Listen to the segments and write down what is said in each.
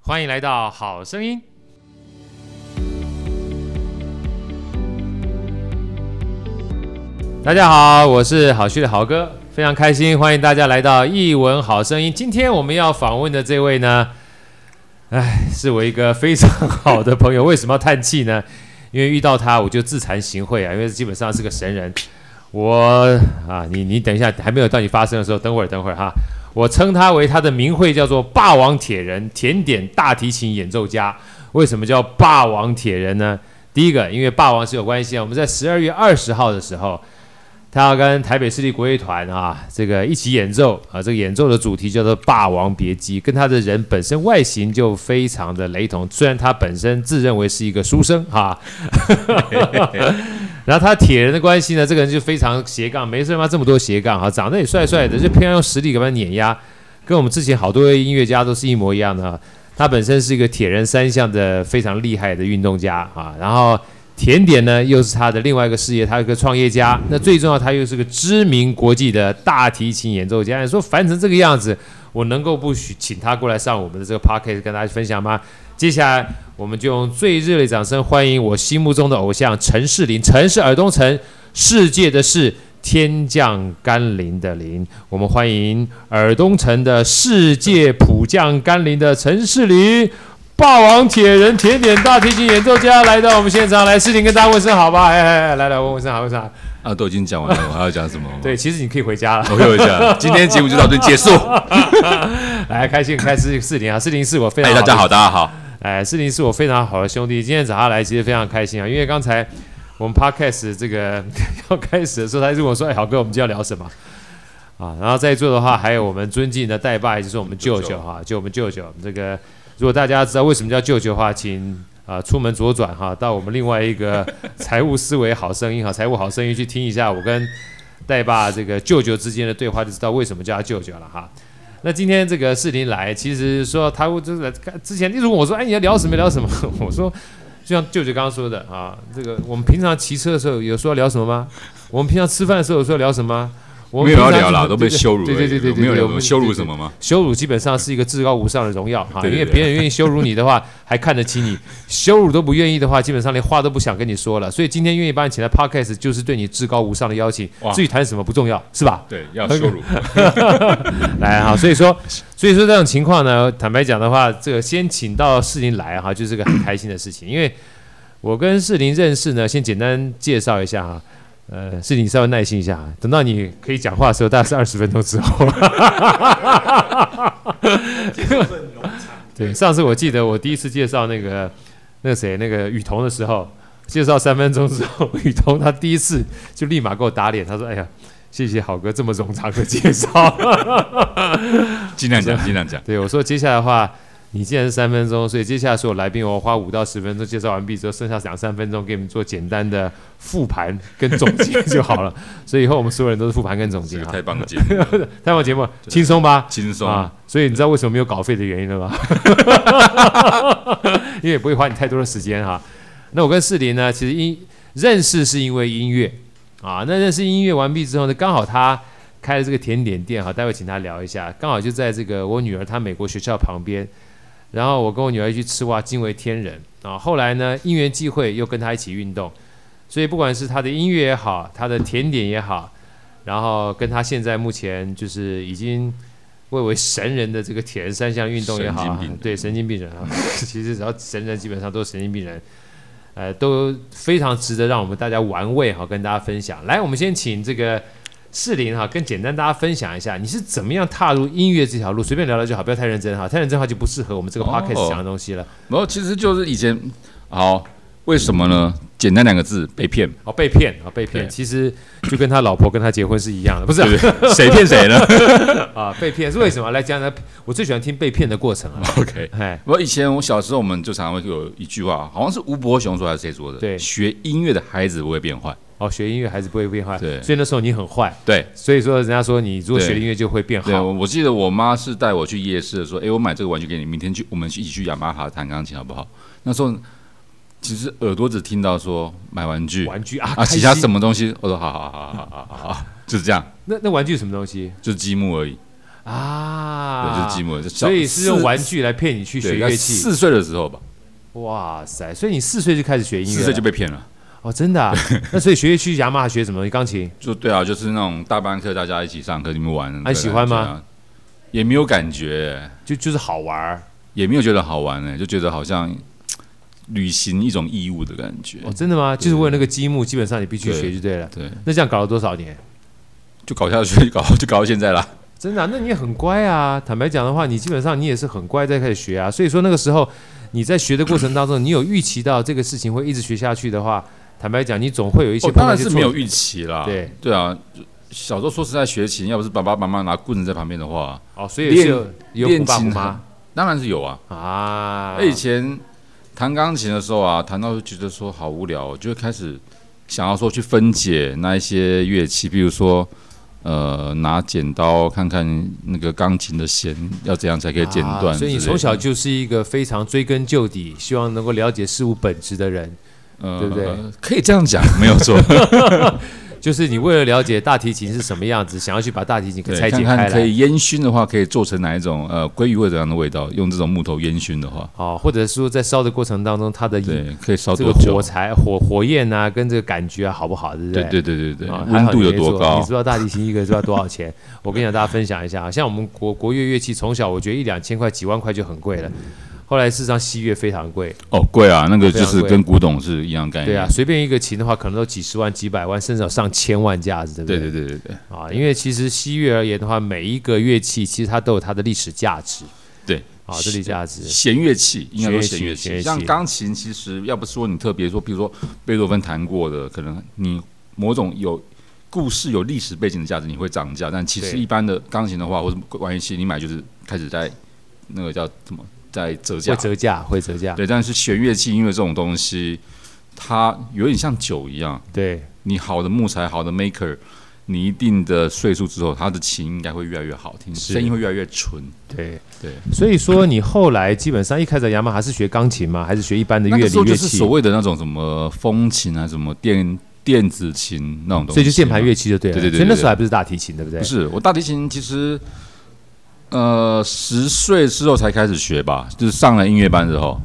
欢迎来到《好声音》。大家好，我是好趣的豪哥，非常开心，欢迎大家来到《一文好声音》。今天我们要访问的这位呢，哎，是我一个非常好的朋友。为什么要叹气呢？因为遇到他，我就自惭形秽啊，因为基本上是个神人。我啊，你你等一下，还没有到你发声的时候，等会儿等会儿哈。我称他为他的名讳叫做“霸王铁人”甜点大提琴演奏家。为什么叫霸王铁人呢？第一个，因为霸王是有关系啊。我们在十二月二十号的时候，他要跟台北市立国乐团啊这个一起演奏啊，这个演奏的主题叫做《霸王别姬》，跟他的人本身外形就非常的雷同。虽然他本身自认为是一个书生哈，然后他铁人的关系呢，这个人就非常斜杠，没事嘛这么多斜杠哈，长得也帅帅的，就偏要用实力给他碾压，跟我们之前好多位音乐家都是一模一样的哈。他本身是一个铁人三项的非常厉害的运动家啊，然后甜点呢又是他的另外一个事业，他是个创业家。那最重要，他又是个知名国际的大提琴演奏家。你说烦成这个样子，我能够不许请他过来上我们的这个 podcast 跟大家分享吗？接下来我们就用最热烈的掌声欢迎我心目中的偶像陈世林，陈是耳东陈，世界的世，天降甘霖的霖。我们欢迎耳东城的世界普降甘霖的陈世林，霸王铁人甜点大提琴演奏家来到我们现场，来世林跟大家问声好吧，哎哎哎，来来问问声好，问声好。啊，都已经讲完了，我还要讲什么？对，其实你可以回家了。我又 讲，今天节目就到这里结束。来，开心开始四零啊，四零是我非常哎，好的大家好，大家好。哎，世林是我非常好的兄弟，今天找他来其实非常开心啊，因为刚才我们 podcast 这个 要开始的时候，他就问我说：“哎，豪哥，我们今天要聊什么？”啊，然后在座的话，还有我们尊敬的代爸，也就是我们舅啊舅哈，就我们舅舅这个，如果大家知道为什么叫舅舅的话，请。啊，出门左转哈，到我们另外一个 财务思维好声音哈，财务好声音去听一下我跟代爸这个舅舅之间的对话，就知道为什么叫他舅舅了哈。那今天这个世林来，其实说他就是来之前一直问我说：“哎，你要聊什么？聊什么？” 我说：“就像舅舅刚刚说的啊，这个我们平常骑车的时候有说聊什么吗？我们平常吃饭的时候有说聊什么？我们没有要平常聊去啦，都被羞辱了。对对对对对，没有对聊我们羞辱什么吗？羞辱基本上是一个至高无上的荣耀 哈，对因对为对别人愿意羞辱你的话，还看得起你；羞辱都不愿意的话，基本上连话都不想跟你说了。所以今天愿意把你请来 podcast，就是对你至高无上的邀请哇。至于谈什么不重要，是吧？对，要羞 辱。来哈，所以说，所以说这种情况呢，坦白讲的话，这个先请到世林来哈，就是个很开心的事情。因为我跟世林认识呢，先简单介绍一下哈。呃，世林，你稍微耐心一下啊，等到你可以讲话的时候，大概是二十分钟之后。对，上次我记得我第一次介绍那个那个谁那个雨桐的时候，介绍三分钟之后， 雨桐他第一次就立马给我打脸，他说：“哎呀，谢谢好哥这么冗长的介绍。”尽量讲，尽量讲。对，我说接下来的话，你既然是三分钟，所以接下来所有来宾，我花五到十分钟介绍完毕之后，剩下两三分钟给你们做简单的复盘跟总结就好 了。所以以后我们所有人都是复盘跟总这结个啊。太棒的节目了，太好节目轻松吧？轻松。啊，所以你知道为什么没有稿费的原因了吧？因为也不会花你太多的时间哈、那我跟世林呢，其实因认识是因为音乐啊。那认识音乐完毕之后呢，刚好他开了这个甜点店哈，待会请他聊一下。刚好就在这个我女儿她美国学校旁边，然后我跟我女儿一起吃哇，惊为天人啊。后来呢，因缘际会又跟她一起运动，所以不管是她的音乐也好，她的甜点也好，然后跟她现在目前就是已经。蔚为神人的这个铁人三项运动也好神啊经病，对神经病人啊， 其实只要神人基本上都是神经病人，呃，都非常值得让我们大家玩味哈，跟大家分享。来，我们先请这个世林哈，跟简单大家分享一下，你是怎么样踏入音乐这条路？随便聊聊就好，不要太认真哈，太认真的话就不适合我们这个哦 podcast 讲的东西了。然后其实就是以前好，为什么呢？嗯简单两个字，被骗。 哦，被骗啊，被骗，对其实就跟他老婆跟他结婚是一样的，不是对啊不对？谁骗谁呢 啊？被骗是为什么？来讲讲，我最喜欢听被骗的过程啊。 ？OK。哎，我以前我小时候，我们就常常会有一句话，好像是吴伯雄说还是谁说的？对学音乐的孩子不会变坏。哦，学音乐还是不会变坏，对所以那时候你很坏，对，所以说人家说你如果对学了音乐就会变对，好。我我记得我妈是带我去夜市的说，哎、我买这个玩具给你，明天去我们去一起去雅马哈弹钢琴好不好？那时候其实耳朵只听到说买玩具玩具啊，啊，其他什么？么东西，我说好好好好好好好好，就是这样，那那玩具什么东西？就是积木而已。啊，对，就是积木人。就小所以是用四玩具来骗你去学对，在乐器。四岁的时候吧，哇塞！所以你四岁就开始学音乐了，四岁就被骗了。哦，真 的、啊。那所以学乐器雅马哈学什么？钢琴就对啊，就是那种大班课，大家一起上课，你们玩。啊你喜欢吗对啊？也没有感觉，就就是好玩儿。也没有觉得好玩欸呢，就觉得好像嘖履行一种义务的感觉。哦，真的吗？就是为了那个积木，基本上你必须嗯对学就对了。对，那这样搞了多少年？就搞下去，搞就搞到现在啦。真的啊、那你也很乖啊。坦白讲的话，你基本上你也是很乖，在开始学啊。所以说那个时候你在学的过程当中，你有预期到这个事情会一直学下去的话，坦白讲，你总会有一些哦，碰到当然一些是挫折、没有预期啦。对，对啊，就小时候说实在学琴，要不是爸爸妈妈拿棍子在旁边的话，哦，所以也是有练有练虎爸虎琴啊妈 当然是有啊。啊。那以前弹钢琴的时候啊，弹到就觉得说好无聊哦，就会开始想要说去分解那一些乐器，比如说呃拿剪刀看看那个钢琴的弦要怎样才可以剪断之类的、啊所以你从小就是一个非常追根究底，希望能够了解事物本质的人。呃对不对？可以这样讲，没有错。就是你为了了解大提琴是什么样子，想要去把大提琴给对，拆解看开来，看可以烟熏的话，可以做成哪一种呃鲑鱼或者样的味道？用这种木头烟熏的话，哦，或者是说在烧的过程当中，它的对，可以烧嗯这多个久火？柴、火火焰啊，跟这个感觉啊，好不好？对不对对对对对对，啊还温好度你有没多做高你？知道大提琴一个知道多少钱？我 跟你讲，大家分享一下啊，像我们国国乐乐器，从小我觉得一两千块、几万块就很贵了。后来事实上西乐非常贵，哦，贵啊，那个就非常是贵跟古董是一样概念。对啊，，随便一个琴的话，可能都几十万、几百万，甚至有上千万价值，对不对对？对对对对。啊，因为其实西乐而言的话，每一个乐器其实它都有它的历史价值对，啊，这历史价值弦乐器应该说弦乐弦乐器，器像钢琴，其实要不说你特别说，比如说贝多芬弹过的，可能你某种有故事、有历史背景的价值，你会涨价。但其实对一般的钢琴的话，或者管乐器，你买就是开始在那个叫什么，在折价会。折价，会折价，对，但是弦乐器因为这种东西，它有点像酒一样，对你好的木材、好的 maker，你一定的岁数之后，它的琴应该会越来越好听，是声音会越来越纯。对对，所以说你后来基本上一开始雅马哈是学钢琴吗？还是学一般的乐那理个乐器？时候就是所谓的那种什么风琴啊，什么电电子琴那种东西嘛，所以就键盘乐器就对了。对对对对所以那时候还不是大提琴，对不对？不是我大提琴，其实呃十岁之后才开始学吧，就是上了音乐班之后，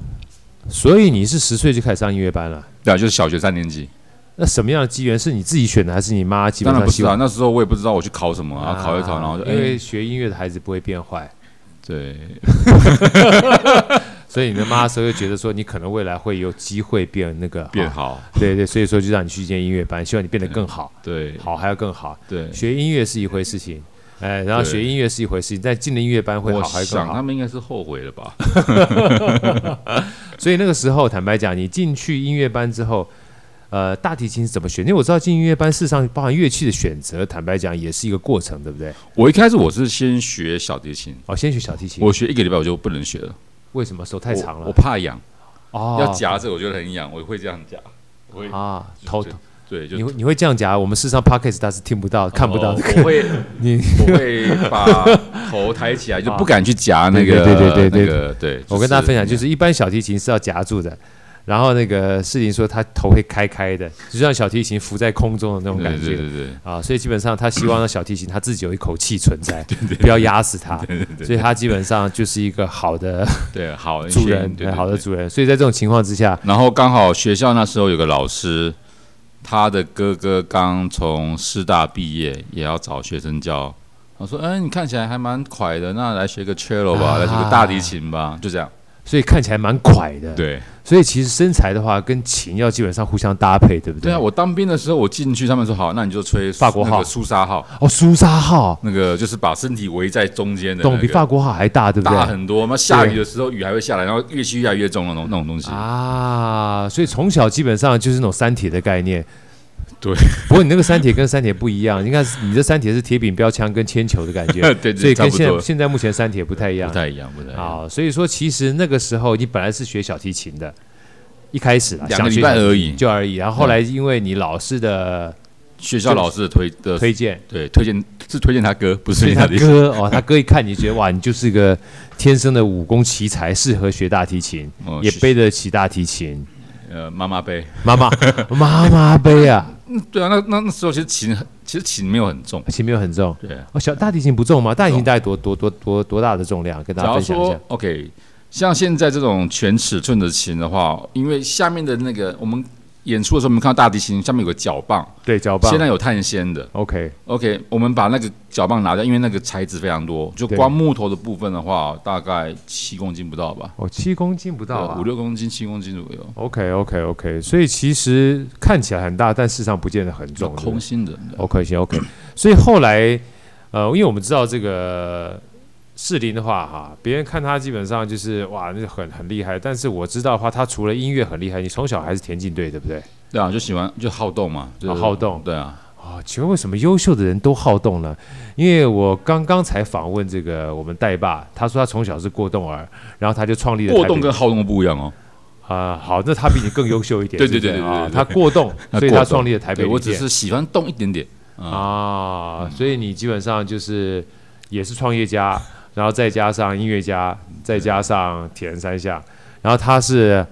所以你是十岁就开始上音乐班了。对啊，就是小学三年级。那什么样的机缘是你自己选的，还是你妈基本当然上不希是啊望？，那时候我也不知道我去考什么啊，考一考，然后就因为哎，学音乐的孩子不会变坏，对，所以你的妈那时候就觉得说你可能未来会有机会变那个变好，好，对对，所以说就让你去一间音乐班，希望你变得更好，对好还要更好。对。学音乐是一回事情，哎，然后对学音乐是一回事情，但进了音乐班会我好还要更想好他。们应该是后悔了吧？ 所以那个时候，坦白讲，你进去音乐班之后，呃，大提琴是怎么选？因为我知道进音乐班，事实上包含乐器的选择，坦白讲也是一个过程，对不对？我一开始我是先学小提琴，哦，先学小提琴，我学一个礼拜我就不能学了，为什么手太长我我了？怕痒，哦，要夹着我觉得很痒，我会这样夹，我会啊，头就对，就你会你会这样啊夹？我们事实上 podcast 它是听不到、看不到哦的，我会 你啊我会把头抬起 来，就不敢去夹那个，对对对对对那个对。就是我跟大家分享，就是一般小提琴是要夹住的，然后那个世林说他头会开开的，就像小提琴浮在空中的那种对感对觉。对对对，啊，所以基本上他希望让小提琴他自己有一口气存 在，不要压死它。所以他基本上就是一个好的对好主人，对哎对好的对主人。所以在这种情况之下，然后刚好学校那时候有个老师，他的哥哥刚从师大毕业，也要找学生教。我说：“嗯，你看起来还蛮快的，那来学个 cello 吧，啊来学个大提琴吧，就这样。所以看起来蛮快的。，对”所以其实身材的话，跟琴要基本上互相搭配，对不对对？啊，我当兵的时候，我进去，他们说好，那你就吹法国那号个苏沙号，哦，苏沙号，那个就是把身体围在中间的、那懂个，比法国号还大，对不大对？很多嘛。下雨的时候雨还会下来，然后乐器越来越重那种那种东西。啊，所以从小基本上就是那种三铁的概念。对，不过你那个三铁跟三铁不一样，应该是你这三铁是铁柄标枪跟铅球的感觉， 对对所以差跟不现在多，现在目前三铁不太一样不。太一样，不太一样。啊，所以说其实那个时候你本来是学小提琴的，一开始啦，两个想学礼拜小而已嗯就而已。然后后来因为你老师的学校老师的推的推荐，对推荐是推荐他哥，不是所以他推荐他的意思哥哦，他哥一看你觉得哇，你就是个天生的武功奇才，适合学大提琴，哦也是背得起大提琴。呃妈妈杯。妈妈，妈妈背啊，嗯 对啊，那那那时候其实琴很，其实琴没有很重，琴没有很重。对啊。哦，小大提琴不重吗？大提琴大概多多多多多大的重量？跟大假家如分享一下说。OK，像现在这种全尺寸的琴的话，因为下面的那个我们演出的时候，我们看到大提琴下面有个脚棒，对，脚棒现。在有碳纤的。 OK， OK，我们把那个脚棒拿掉，因为那个材质非常多，就对光木头的部分的话，大概七公斤不到吧，哦，七公斤不到啊，对五六公斤、七公斤左右， OK OK OK，所以其实看起来很大，但事实上不见得很就重。对不空对心的。对 OK 行 OK，所以后来呃，因为我们知道这个士林的话哈，别人看他基本上就是哇，那很很厉害。但是我知道的话，他除了音乐很厉害，你从小还是田径队对不对？对啊，就喜欢就好动嘛，就啊好动对啊，啊、请问为什么优秀的人都好动呢？因为我刚刚才访问这个我们戴爸，他说他从小是过动儿，然后他就创立了过台动北跟好动不一样哦。啊、好，那他比你更优秀一点， 对是不对是对对啊对对对他过动，那所以过他动创立了台北对旅我只店是喜欢动一点点，啊，所以你基本上就是也是创业 家，然后再加上音乐家，再加上铁人三嗯项，然后他是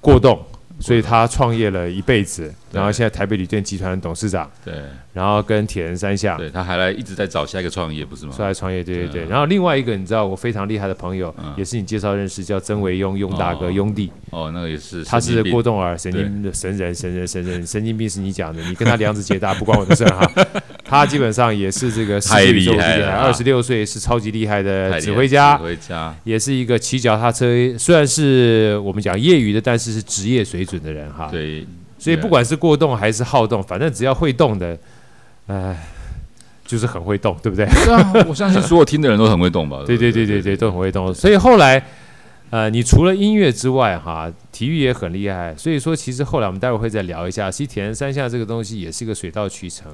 过动，所以他创业了一辈子，对然后现在台北旅店集团董事长，对然后跟铁人三项对，他还来一直在找下一个创业，不是吗？出来创业，对对对。对啊然后另外一个你知道我非常厉害的朋友嗯，也是你介绍认识，叫曾维庸，庸大哥，哦庸弟，哦，那个也是神经病，他是郭栋儿，神经神人神人神人神经病是你讲的，你跟他梁子结搭不关我的事儿哈。 他基本上也是这个太厉害了哎二十六岁是超级厉害太厉的害了指挥家指，挥家，也是一个骑脚踏车，虽然是我们讲业余的，但是是职业水准的人哈。对，所以不管是过动还是好动，反正只要会动的，呃，就是很会动，对不对？对啊，我相信所有听的人都很会动吧？ 对对不对对对，都很会动。所以后来，呃，你除了音乐之外，哈，体育也很厉害。所以说，其实后来我们待会会再聊一下，其实铁人三项这个东西也是一个水到渠成。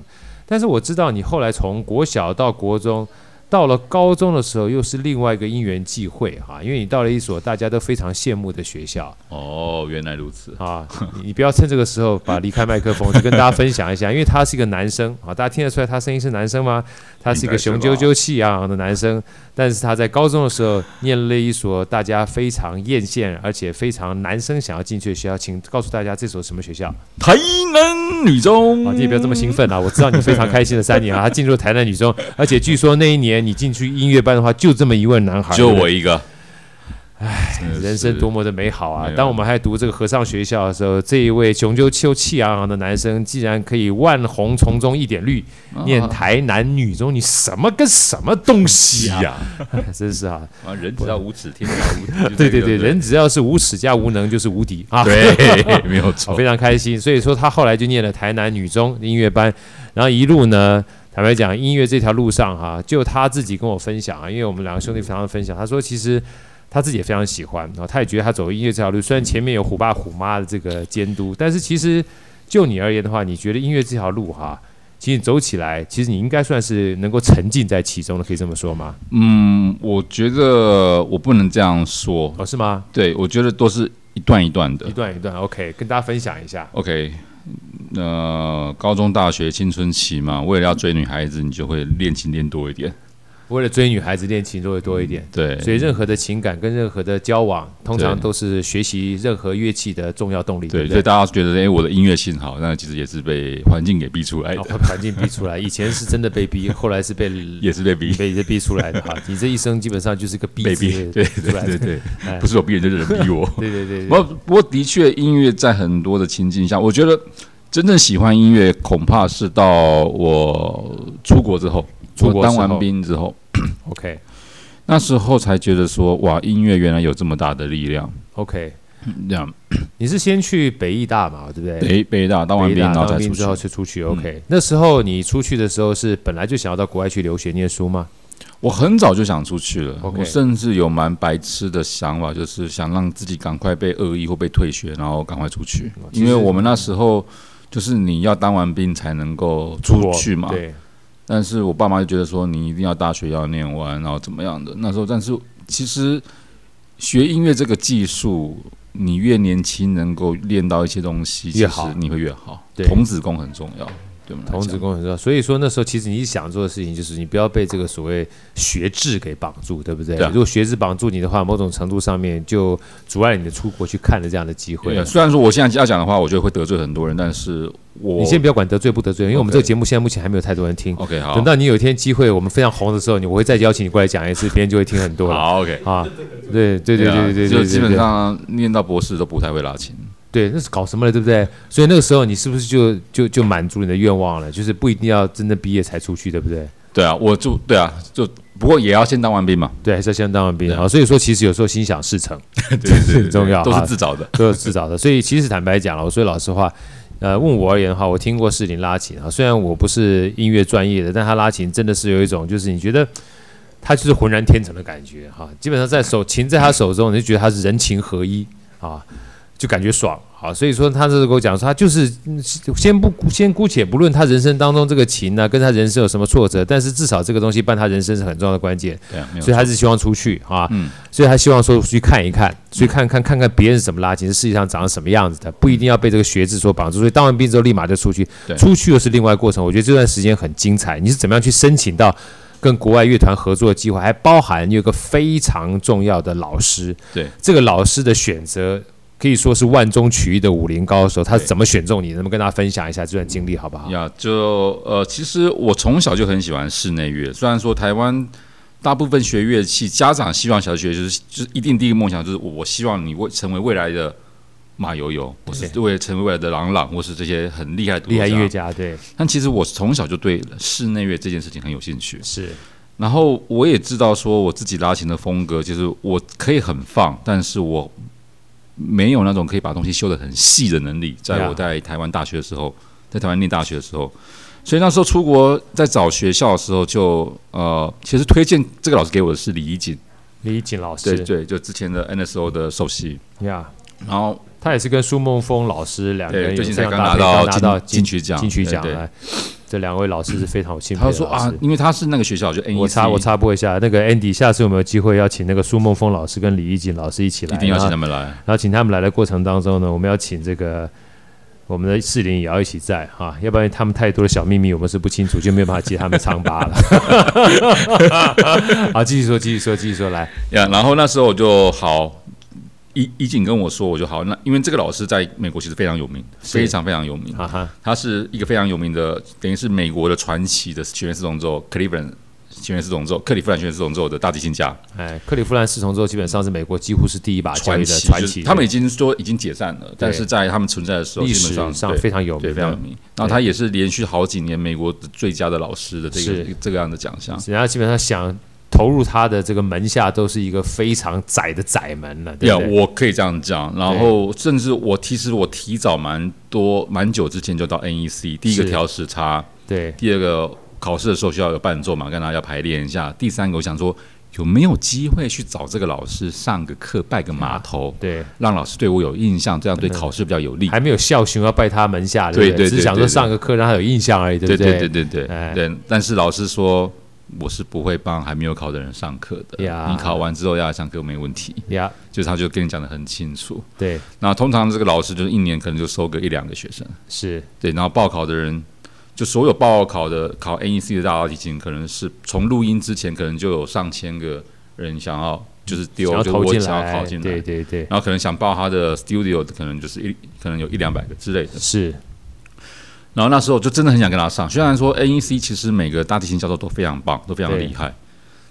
但是我知道你后来从国小到国中，到了高中的时候，又是另外一个因缘际会哈，因为你到了一所大家都非常羡慕的学校哦，原来如此。啊，你你不要趁这个时候把离开麦克风，就跟大家分享一下，因为他是一个男生啊，大家听得出来他声音是男生吗？他是一个雄赳赳气昂昂的男生，但是他在高中的时候念了一所大家非常艳羡，而且非常男生想要进去的学校，请告诉大家这所什么学校啊？台南女中，你也不要这么兴奋啊！我知道你非常开心的三年啊，他进入台南女中，而且据说那一年你进去音乐班的话，就这么一位男孩，就对不我对一个。唉，哎人生多么的美好啊没！有当我们还读这个和尚学校的时候，这一位雄赳赳气昂昂的男生，竟然可以万红丛中一点绿， 念台南女中，你什么跟什么东西呀、呀！ 真是啊！啊，人只要无 耻，天只要无敌。就对这对个对，人只要是无耻加无能就是无敌啊！对， 没有我 错哦非。常开心。所以说他后来就念了台南女中音乐班，然后一路呢，坦白讲，音乐这条路上哈、就他自己跟我分享啊，因为我们两个兄弟非常分享，他说其实。他自己也非常喜欢，然后他也觉得他走音乐这条路，虽然前面有虎爸虎妈的这个监督，但是其实就你而言的话，你觉得音乐这条路哈、其实你走起来，其实你应该算是能够沉浸在其中的，可以这么说吗？嗯，我觉得我不能这样说。哦，是吗？对，我觉得都是一段一段一的。段一段，OK，跟大家分享一下。 OK，那、高中、大学青春期嘛，为了要追女孩子，你就会练琴练多一点。为了追女孩子，练琴都会多一点。对，所以任何的情感跟任何的交往，通常对都是学习任何乐器的重要动力，对不对，所对？以大家觉得，哎、我的音乐性好，那其实也是被环境给逼出来然的，后环境逼出来，以前是真的被 逼，后来是被也是被逼，被被逼出来的哈。你这一生基本上就是个逼 被逼字，对出来对对的。对 哎，不是我逼人，就是人 逼我。对对对对，不过不过，的确，音乐在很多的情境下，我觉得真正喜欢音乐，恐怕是到我出国之后，出国我当之后完兵之后， ，OK 那时候才觉得说，哇，音乐原来有这么大的力量。 OK。这样，你是先去北艺大嘛，对不对？北北大当完北兵，艺大然后当才兵出之后去。嗯就出去，OK。那时候你出去的时候是本来就想要到国外去留学念书吗？我很早就想出去了， OK 我甚至有蛮白痴的想法，就是想让自己赶快被恶意或被退学，然后赶快出去，哦其实因为我们那时候就是你要当完兵才能够出国去嘛。对，但是我爸妈就觉得说你一定要大学要念完，然后怎么样的。那时候，但是其实学音乐这个技术，你越年轻能够练到一些东西，越好其实你会越好。对童子功很重要。对我们来童子讲。功很重要，所以说那时候其实你想做的事情就是你不要被这个所谓学制给绑住，对不对？对啊如果学制绑住你的话，某种程度上面就阻碍你的出国去看的这样的机会对，。啊虽然说我现在要讲的话，我觉得会得罪很多人，但是我你先不要管得罪不得罪，因为我们 OK 哦这个节目现在目前还没有太多人听。 OK 好，等到你有一天机会，我们非常红的时候，你我会再邀请你过来讲一次，别人就会听很多了好 OK，啊！对对对对哦啊对对，就对基本对上念到博士都不太会拉琴。对，那是搞什么了，对不对？所以那个时候你是不是就就就满足你的愿望了？就是不一定要真的毕业才出去，对不对？对啊，我就对啊，就不过也要先当完 兵嘛，对，还是要先当完兵对啊啊。所以说，其实有时候心想事成对对对很重要都啊是自 找的。都有自找的。所以其实坦白讲了，我说老实话，呃，问我而言的话，我听过士林拉琴啊，虽然我不是音乐专业的，但他拉琴真的是有一种就是你觉得。他就是浑然天成的感觉哈、基本上在手琴在他手中，你就觉得他是人琴合一啊，就感觉爽啊。所以说，他这是跟我讲说，他就是嗯先不先姑且不论他人生当中这个琴呢、跟他人生有什么挫折，但是至少这个东西伴他人生是很重要的关键。对啊，没有所以错。他是希望出去啊，嗯所以他希望说出去看一看，去看看看看别人是怎么拉琴，世界上长什么样子的，不一定要被这个学制所绑住。所以当完兵之后立马就出去对，出去又是另外一个过程。我觉得这段时间很精彩，你是怎么样去申请到？跟国外乐团合作的机会，还包含有一个非常重要的老师。对，这个老师的选择可以说是万中取一的武林高手。他是对怎么选中你的？能不能跟大家分享一下这段经历，好不好？呀就呃，其实我从小就很喜欢室内乐，虽然说台湾大部分学乐器，家长希望小学就是就是一定第一个梦想就是我我希望你未成为未来的马友友，或是为成为未来的朗朗，或是这些很厉害的独厉害奏音家乐。家，对，但其实我从小就对室内乐这件事情很有兴趣，是然后我也知道说我自己拉琴的风格，就是我可以很放，但是我没有那种可以把东西修得很细的能力。在 Yeah 我在台湾大学的时候，在台湾念大学的时候，所以那时候出国在找学校的时候就，呃，其实推荐这个老师给我的是李怡锦，李锦老师对，对，就之前的 NSO 的首席，呀。然后他也是跟苏梦峰老师两个对人有最近非才常刚大拿的到刚拿到金金曲奖金曲奖对对哎，这两位老师是非常有钦佩他的就说老啊师，。因为他是那个学校就 E NEC，我插我插播一下，那个 Andy，下次有没有机会邀请那个苏梦峰老师跟李怡锦老师一起来？一定要请然后他们来。然后请他们来的过程当中呢，我们要请这个我们的士林也要一起在哈、要不然他们太多的小秘密我们是不清楚，就没有办法揭他们疮疤了。 好，继续说，继续说，继续说，来，呀然后那时候我就好，一一景跟我说，我就好。那因为这个老师在美国其实非常有名，非常非常有名。哈啊哈，他是一个非常有名的，等于是美国的传奇的学员四重奏 Cleveland 学员四重奏克利夫兰学员四重奏的大提琴家，哎，克利夫兰四重奏基本上是美国几乎是第一把交传椅的奇。传就是奇，他们已经说已经解散了，但是在他们存在的时候，历基史本上对非常有名对的，非常有名。然后他也是连续好几年美国最佳的老师的这个是这个样的奖项。人家基本上想投入他的这个门下，都是一个非常窄的窄门了，对呀不对我可以这样讲。然后，甚至我其实我提早蛮多蛮久之前就到 NEC，第一个是调时差，对第二个考试的时候需要有伴奏嘛，跟大家排练一下。第三个，我想说有没有机会去找这个老师上个课，拜个码头， 对，让老师对我有印象，这样对考试比较有利。还没有校训要拜他门下，对不对对对只是想说对对上个课让他有印象而已，对不对对对对对对哎对。但是老师说。我是不会帮还没有考的人上课的呀你考完之后要来上课没问题，呀，就是他就跟你讲的很清楚。对，那通常这个老师就是一年可能就收个一两个学生，是对，然后报考的人，就所有报考的考 NEC 的大提琴，可能是从录音之前可能就有上千个人想要就是丢想，要就投我进想要来考，进来，对对对，然后可能想报他的 studio 的可能就是一可能有一两百个之类的。是然后那时候就真的很想跟他上，虽然说 NEC 其实每个大提琴教授都非常棒，都非常对厉害，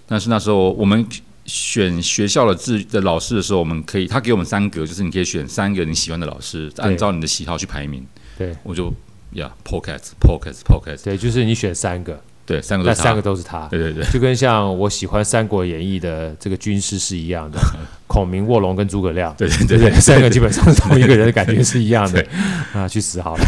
但是那时候我们选学校的自的老师的时候，我们可以他给我们三格，就是你可以选三个你喜欢的老师，按照你的喜好去排名。对，我就呀 p o c k e t p o c k e t p o c k e t 对，就是你选三个，对，三个都那是他三个，都是他。对对对， 就跟像我喜欢《三国演义》的这个军师是一 样的，孔明、卧龙跟诸葛亮，对对对对不对？三个基本上是同一个人的感觉是一样的对啊，去死好了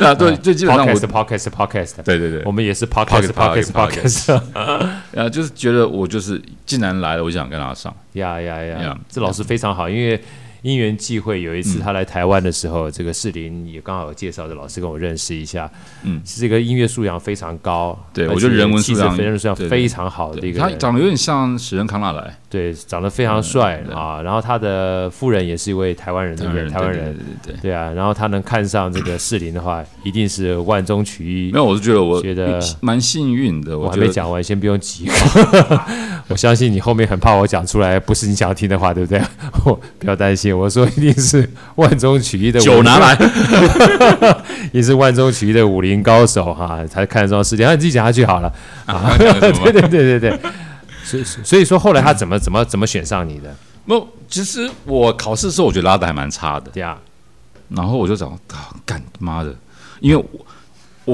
那啊对，最基本上我， ！Podcast，Podcast，Podcast，对对对我，们也是 podcast Pocket- podcast podcast， 呃，就是觉得我就是既然来了，我就想跟他上，呀呀呀 Yeah！嗯这老师非常好，因为因缘际会，有一次他来台湾的时候，这个士林也刚好有介绍的老师跟我认识一下，嗯是这个音乐素养非常高，对而我觉得且人文气素质养人文素养对对非常好的一对个他人，长得有点像史人康纳莱，对，长得非常帅嗯对啊。然后他的夫人也是一位台湾人，对不对？台湾对人，对对对对啊。然后他能看上这个士林的话，一定是万中取一没。有，我是觉得我觉得蛮幸运的，我还觉没得讲完，先不用急。 我相信你后面很怕我讲出来不是你想要听的话，对不 对？我不要担心，我说一定是万中取一的酒拿来，也是万中取一的武林高手哈、才看得上世界。那你自己讲下去好了。 啊讲了什么对对对对对。所以所以说后来他怎么怎么怎么选上你的？没有，其实我考试的时候，我觉得拉的还蛮差的，对啊，然后我就找，啊干妈的，因为我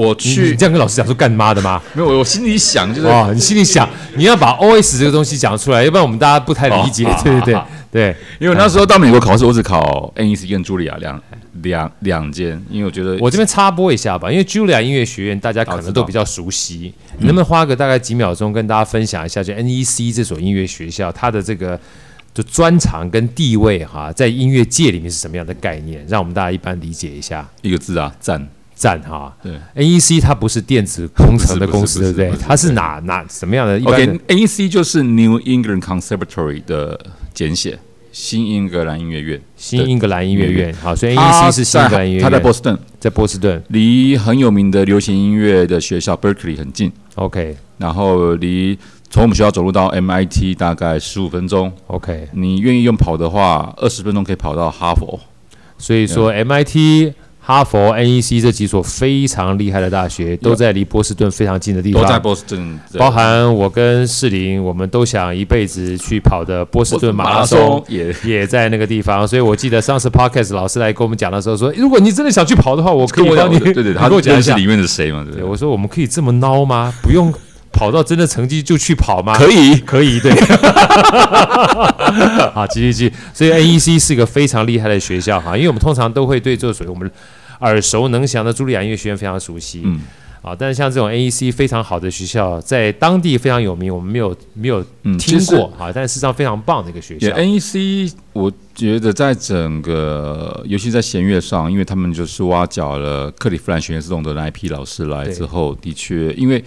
我你你去这样跟老师讲说干妈的吗？没有，我心里想就是哇，你心里想你要把 OS 这个东西讲出来，要不然我们大家不太理解。哦对对好好对对，因为那时候到美国考试，我只考 NEC 跟茱莉亚两两两间，因为我觉得我这边插播一下吧，因为 Julia 音乐学院大家哦可能都比较熟悉，你能不能花个大概几秒钟跟大家分享一下，就 NEC 这所音乐学校它的这个就专长跟地位哈，在音乐界里面是什么样的概念，让我们大家一般理解一下。一个字啊，赞。赞哈，对，NEC 它不是电子工程的不是公不司，对是不对不？是它是哪哪什么样的？一般的 OK，NEC 就是 New England Conservatory 的简写，新英格兰音乐院。新英格兰音乐院，好，所以它 NEC 是新英格兰音乐在它在院，波士顿，在波士顿离很有名的流行音乐的学校 Berkeley 很近， ，OK 然后离从我们学校走路到 MIT 大概十五分钟。 OK，你愿意用跑的话，二十分钟可以跑到哈佛。所以说 MIT、哈佛、NEC 这几所非常厉害的大学，都在离波士顿非常近的地都在方，波士顿，对包含我跟士林，我们都想一辈子去跑的波士顿马拉松。也也在那个地方，所以我记得上次 podcast 老师来跟我们讲的时候说，如果你真的想去跑的话，我可跟以我让你，对对对，你他跟我讲认一识下。里面的谁嘛？对不对，对我说我们可以这么孬吗？不用跑到真的成绩就去跑吗？可以，可以，对。 好，继续继续。所以 NEC 是一个非常厉害的学校哈，因为我们通常都会对这所谓我们耳熟能详的茱莉亚音乐学院非常熟悉。嗯。啊，但是像这种 NEC 非常好的学校，在当地非常有名，我们没有没有嗯听其实过啊，但是事实上非常棒的一个学也校。 NEC，我觉得在整个，尤其在弦乐上，因为他们就是挖角了克利夫兰弦乐自动的那一批老师来对之后，的确，因为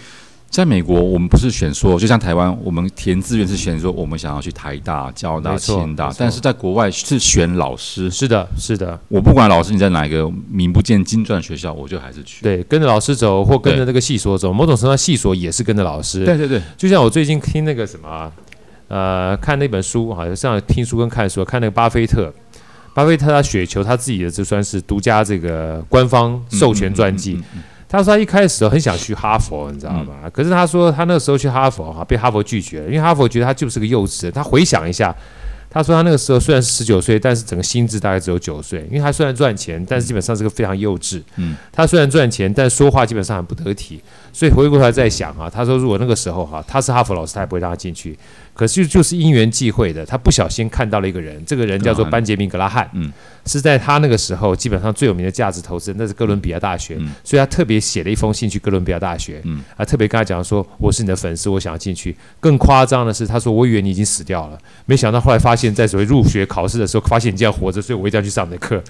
在美国，我们不是选说，就像台湾，我们填志愿是选说我们想要去台大、交大、没错清没大错，但是在国外是选老师。是的，是的，我不管老师你在哪一个名不见经传的学校，我就还是去。对，跟着老师走或跟着对那个系所走，某种程度上系所也是跟着老师。对对对，就像我最近听那个什么啊，呃，看那本书，好像像听书跟看书，看那个巴菲特，巴菲特他雪球他自己的这算是独家这个官方授权传记。他说他一开始很想去哈佛，你知道吗？可是他说他那时候去哈佛哈、被哈佛拒绝了，因为哈佛觉得他就是个幼稚人。他回想一下，他说他那个时候虽然是十九岁，但是整个心智大概只有九岁，因为他虽然赚钱，但是基本上是个非常幼稚。嗯，他虽然赚钱，但说话基本上很不得体。所以回过头来再想啊，他说如果那个时候哈、他是哈佛老师，他也不会让他进去。可是就是因缘际会的，他不小心看到了一个人，这个人叫做格拉汉班杰明·格拉汉，嗯，是在他那个时候基本上最有名的价值投资人，那是哥伦比亚大学，嗯所以他特别写了一封信去哥伦比亚大学，嗯，啊，特别跟他讲说我是你的粉丝，我想要进去。更夸张的是，他说我以为你已经死掉了，没想到后来发现，在所谓入学考试的时候，发现你竟然活着，所以我一定要去上你的课。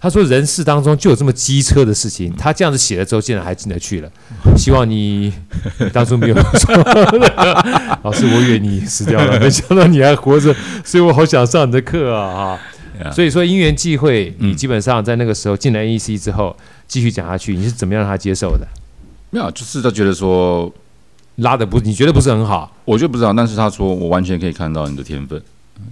他说人世当中就有这么机车的事情，他这样子写了之后，竟然还进得去了。希望你你当初没有说， 老师，我以为你死掉了，没想到你还活着，所以我好想上你的课啊！啊 Yeah 所以说因缘际会，你基本上在那个时候进了 NEC 之后，继续讲下去，你是怎么样让他接受的？没有，就是他觉得说，拉的不，你觉得不是很好？我就不知道，但是他说我完全可以看到你的天分，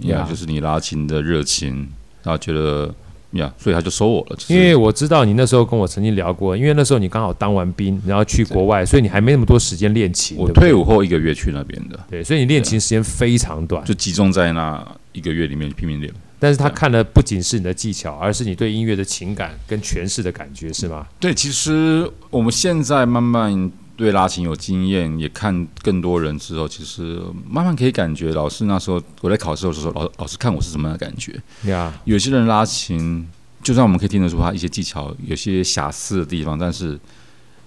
呀、 Yeah 就是你拉琴的热情，他觉得呀所以他就收我了，就是、因为我知道你那时候跟我曾经聊过，因为那时候你刚好当完兵，然后去国外，所以你还没那么多时间练琴。我对不对退伍后一个月去那边的，对，所以你练琴时间非常短。就集中在那一个月里面拼命练。但是他看的不仅是你的技巧，而是你对音乐的情感跟诠释的感觉，是吗？对，其实我们现在慢慢对拉琴有经验，也看更多人之后，其实慢慢可以感觉老师那时候我在考试的时候，老老师看我是什么样的感觉。呀、有些人拉琴，就算我们可以听得出他一些技巧，有些瑕疵的地方，但是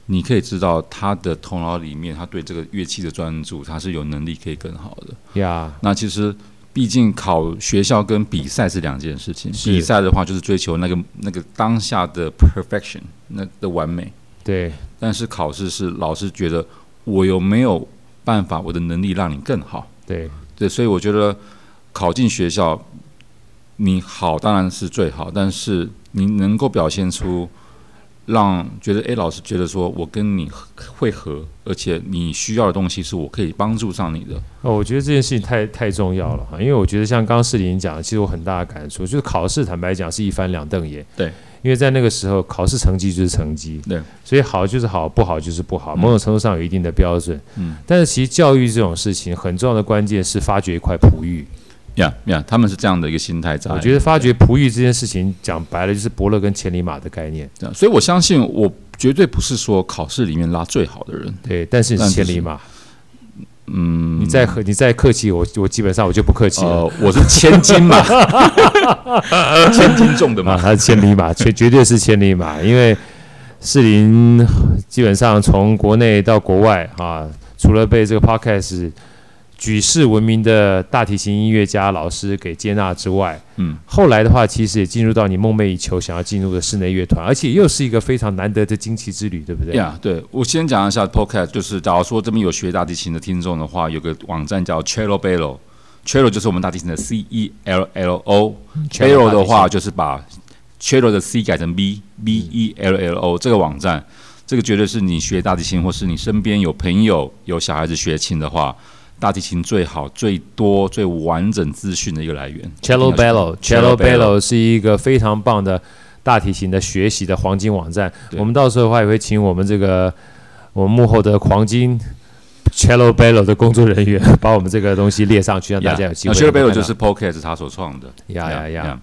你可以知道他的头脑里面，他对这个乐器的专注，他是有能力可以更好的。呀，那其实毕竟考学校跟比赛是两件事情。是比赛的话，就是追求那个那个当下的 perfection，那的完美。对，但是考试是老师觉得我有没有办法，我的能力让你更好。对，对，所以我觉得考进学校，你好当然是最好，但是你能够表现出让觉得诶，老师觉得说我跟你合会合，而且你需要的东西是我可以帮助上你的。哦，我觉得这件事情太太重要了哈，因为我觉得像刚刚世林讲的，其实我很大的感触，就是考试，坦白讲是一翻两瞪眼。对，因为在那个时候，考试成绩就是成绩，对，所以好就是好，不好就是不好，嗯某种程度上有一定的标准。嗯，但是其实教育这种事情，很重要的关键是发掘一块璞玉。呀呀，他们是这样的一个心态在。我觉得发掘璞玉这件事情，讲白了就是伯乐跟千里马的概念。这样，所以我相信我绝对不是说考试里面拉最好的人。对，但是你是但是千里马，嗯，你再和你再客气，我我基本上我就不客气了。呃，我是千金嘛， 千斤重的啊，嘛。他是千里马，绝绝对是千里马，因为士林基本上从国内到国外啊，除了被这个 podcast 举世闻名的大提琴音乐家老师给接纳之外，嗯，后来的话，其实也进入到你梦寐以求想要进入的室内乐团，而且又是一个非常难得的惊奇之旅，对不对？呀对我先讲一下 Podcast，就是假如说这边有学大提琴的听众的话，有个网站叫 Cello Bello，Cello 就是我们大提琴的 C E L L O，Bello 全部大提琴的话，就是把 Cello 的 C 改成 B，B E L L 嗯 O 这个网站，这个绝对是你学大提琴或是你身边有朋友有小孩子学琴的话，大提琴最好、最多、最完整资讯的一个来源。 Cello 一定要去 Bello，Cello Cello Bello 是一个非常棒的大提琴的学习的黄金网站。对我们到时候的话也会请我们这个我们幕后的黄金 Cello Bello 的工作人员把我们这个东西列上去，让大家有机会那 Shirley 能够 Bello 看就到是 Podcast 他所创的。呀呀呀，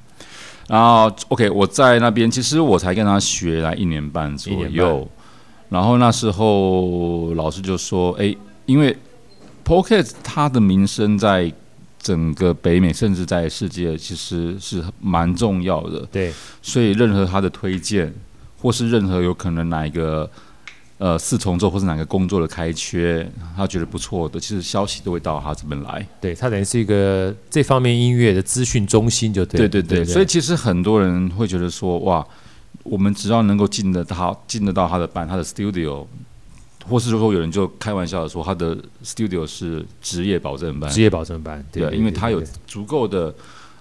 然后 OK，我在那边其实我才跟他学来一年半左一年右，然后那时候老师就说，哎，因为 Podcast 它的名声在整个北美甚至在世界其实是蛮重要的，对所以任何他的推荐，或是任何有可能哪一个呃四重奏或是哪个工作的开缺，他觉得不错的，其实消息都会到他这边来。对，它等于是一个这方面音乐的资讯中心，就对对了对对对，不所以其实很多人会觉得说，哇，我们只要能够进得他进得到他的班，他的 studio，或是说有人就开玩笑的说，他的 studio 是职业保证班，职业保证班，对对，对因为对他有对足够的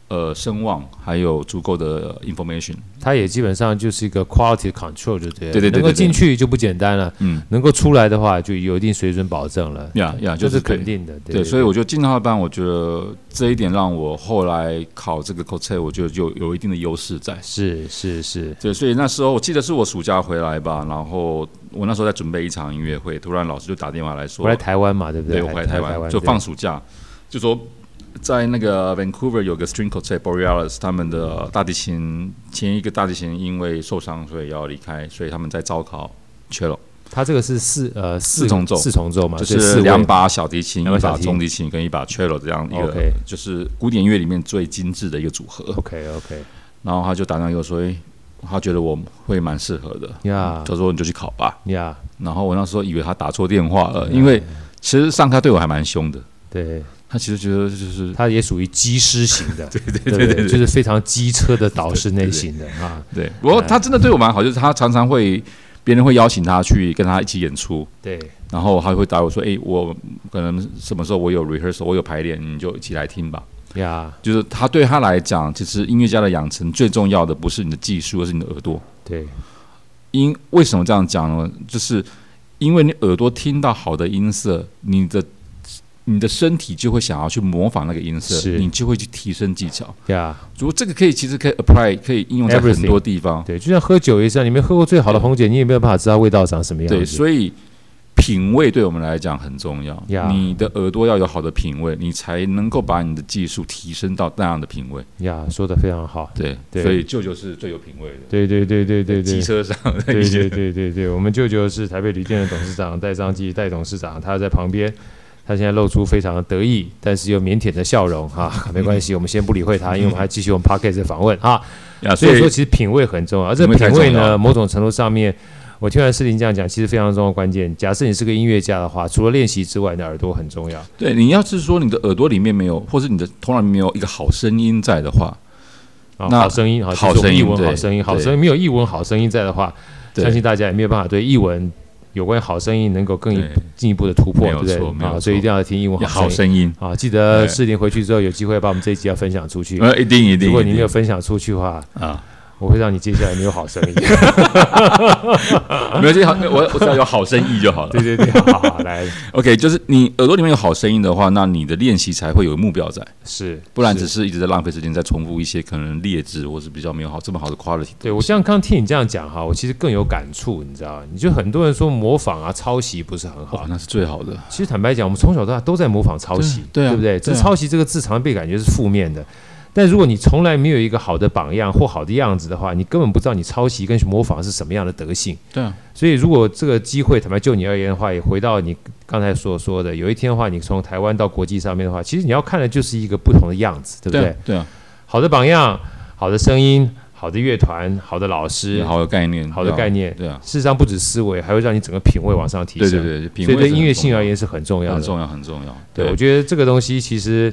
呃声望，还有足够的呃 information，它也基本上就是一个 quality control，就对了对对对能够对对进去就不简单了，嗯，能够出来的话就有一定水准保证了，呀呀，这就是是对肯。定的，对，所以我觉得进到他的班，我觉得这一点让我后来考这个 c o t e 我觉得就有一定的优势在。是是是，对，所以那时候我记得是我暑假回来吧，然后我那时候在准备一场音乐会，突然老师就打电话来说，我来台湾嘛，对不对我我回来台湾就放暑假，就说在那个 Vancouver 有个 String Quartet Borealis 他们的大提琴前一个大提琴因为受伤所以要离开，所以他们在招考 cello，他这个是四呃四重奏四重奏嘛，就对啊四是位两把小提琴、两把一小把提琴中提琴跟一把 cello 这样一个 OK 就是古典乐里面最精致的一个组合。 OK OK 然后他就打电话给我说，诶他觉得我会蛮适合的，呀他嗯说你就去考吧。呀，然后我那时候以为他打错电话了，因为其实上课对我还蛮凶的。对，他其实觉得就是他也属于机师型的，对对 对不对对就是非常机车的导师类型的啊，对，不过他真的对我蛮好，就是他常常会别人会邀请他去跟他一起演出，对然后他会打我说：“诶，我可能什么时候我有 rehearsal，我有排练，你就一起来听吧。呀”就是他对他来讲，其实音乐家的养成最重要的不是你的技术，而是你的耳朵。对因为什么这样讲呢？就是因为你耳朵听到好的音色，你的你的身体就会想要去模仿那个音色，是你就会去提升技巧。呀，如果这个可以，其实可以 apply，可以应用在很多地方。对，就像喝酒一样，你没喝过最好的红酒，你也没有办法知道味道长什么样对，子，所以品味对我们来讲很重要。呀你的耳朵要有好的品味，你才能够把你的技术提升到那样的品味。呀，说的非常好，对，对所以舅舅是最有品味的。对对对对对对机。车上的一对些对对对对，我们舅舅是台北旅店的董事长戴章基，戴董事长，他在旁边，他现在露出非常得意，但是又腼腆的笑容哈、没关系，我们先不理会他，因为我们还继续我们 p o c k e t 的访问哈、呀，所以说，其实品味很重要，而这品味太品味重要呢，了某种程度上面，我听完诗林这样讲，其实非常重要的关键。假设你是个音乐家的话，除了练习之外，你的耳朵很重要。对，你要是说你的耳朵里面没有，或是你的头脑里面没有一个好声音在的话，啊，那好声音，好好记住声音译文，对好声音，好对声音没有译文好声音在的话，对相信大家也没有办法对译文有关好声音能够更一对进一步的突破，没对有不对错没？有啊，错所以一定要听译文要好好声音声音，啊！记得对世林回去之后有机会把我们这一集要分享出去。呃，一定一定，如果你一没定有分享出去的话，啊，我会让你接下来没有好声音。没有就好，我我只要有好声音就好了。 对对对，好好好，来， OK，就是你耳朵里面有好声音的话，那你的练习才会有目标在，是，不然是只是一直在浪费时间，在重复一些可能劣质或是比较没有好这么好的 quality。对我像刚听你这样讲哈，我其实更有感触，你知道吗？你就很多人说模仿啊、抄袭不是很哇好，，那是最好的。其实坦白讲，我们从小到大都在模仿抄袭，对对啊不对？这对啊抄袭这个字常常被感觉是负面的，但如果你从来没有一个好的榜样或好的样子的话，你根本不知道你抄袭跟模仿是什么样的德性。对啊，所以，如果这个机会，坦白就你而言的话，也回到你刚才所说的，有一天的话，你从台湾到国际上面的话，其实你要看的就是一个不同的样子，对不对对？啊，对啊，好的榜样，好的声音，好的乐团，好的老师，好的概念，好的概念对啊，事实上不止思维，还会让你整个品味往上提对啊升。对对对，品所味以对是音乐很重性要而言是很重要很的。重要，很重要。对，我觉得这个东西其实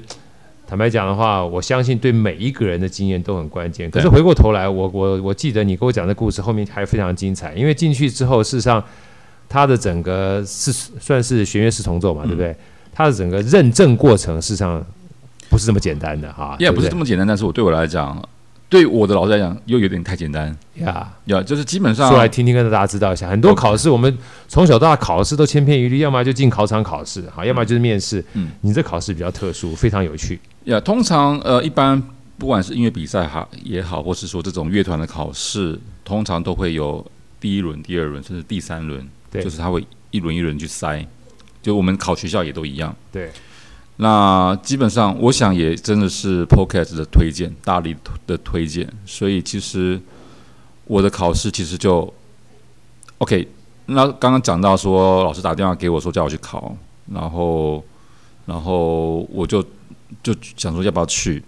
坦白讲的话，我相信对每一个人的经验都很关键。可对是回过头来，我我我记得你跟我讲的故事后面还非常精彩，因为进去之后，事实上他的整个是算是弦乐四重奏嘛，对不嗯对？他的整个认证过程事实上不是这么简单的哈，也对不是这对么简单，但是我对我来讲，对我的老师来讲又有点太简单。呀。呀，就是基本上说来听听，跟大家知道一下。很多考试，我们从小到大考试都千篇一律，要么就进考场考试，好，要么就是面试。嗯你这考试比较特殊，非常有趣。呀，通常呃，一般不管是音乐比赛哈也好，或是说这种乐团的考试，通常都会有第一轮、第二轮，甚至第三轮，对就是他会一轮一轮去筛。就我们考学校也都一样。对，那基本上，我想也真的是 Podcast 的推荐，大力的推荐，所以其实我的考试其实就 OK。那刚刚讲到说，老师打电话给我说叫我去考，然后，然后我就就想说要不要去，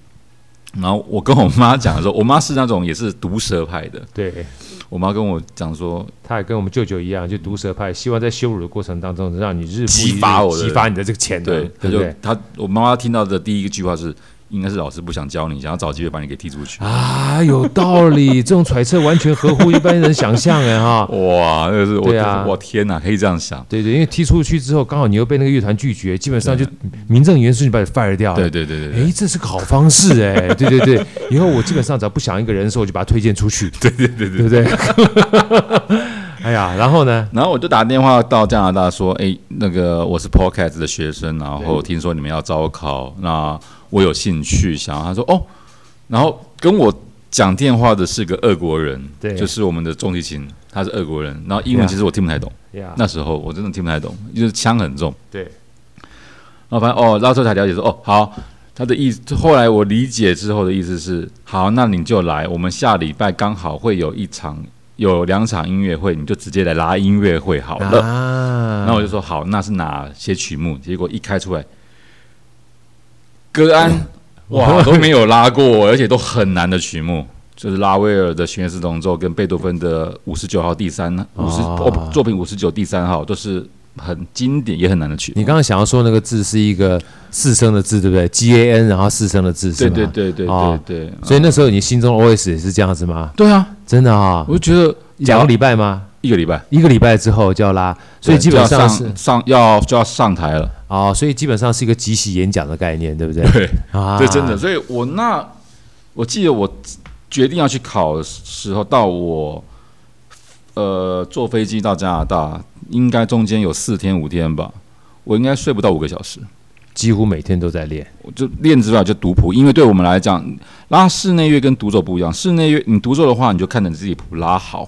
然后我跟我妈讲的时候，我妈是那种也是毒舌派的，对，我妈跟我讲说，他也跟我们舅舅一样，就毒舌派，希望在羞辱的过程当中，让你日复一日激发我的激发你的这个潜能，对，她对不嗯就对？她我妈妈听到的第一句话是，应该是老师不想教你，想要找机会把你给踢出去。啊，有道理，这种揣测完全合乎一般人想象哎 哈。哇，那个是我，对啊我天哪，可以这样想。对对，因为踢出去之后，刚好你又被那个乐团拒绝，基本上就名正言顺就把你 fire 掉了。对对对对对，哎，这是个好方式哎，对对 对，以后我基本上只要不想一个人的时候，我就把他推荐出去，对对对对，对不对？ 哎呀，然后呢？然后我就打电话到加拿大说，哎，那个我是 Podcast 的学生，然后听说你们要招考，那我有兴趣，想要他说哦，然后跟我讲电话的是个俄国人，对就是我们的重提琴，他是俄国人，然后英文其实我听不太懂，呀，那时候我真的听不太懂，就是腔很重，对然后反正哦，那时候才了解说哦，好，他的意思。后来我理解之后的意思是，好，那你就来，我们下礼拜刚好会有一场有两场音乐会，你就直接来拉音乐会好了。啊那我就说好，那是哪些曲目？结果一开出来，歌安嗯哇都没有拉过，而且都很难的曲目。就是拉威尔的弦乐四重奏跟贝多芬的五十九号第三五十、哦哦不作品五十九第三号都是很经典也很难的曲目。你刚刚想要说那个字是一个四声的字，对不对？G A N，然后四声的字是对吗？对。对对哦对对，所以那时候你心中 OS 也是这样子吗？对啊，真的啊，我就觉得两个礼拜吗？一个礼拜，一个礼拜之后就要拉，所以对基本就上要是上上要就要上台了，哦，所以基本上是一个即席演讲的概念，对不对？对，啊，这真的。所以我那我记得我决定要去考的时候，到我呃坐飞机到加拿大，应该中间有四天五天吧，我应该睡不到五个小时。几乎每天都在练。我就练之外就读谱，因为对我们来讲，拉室内乐跟独奏不一样。室内乐你独奏的话，你就看着你自己谱拉好；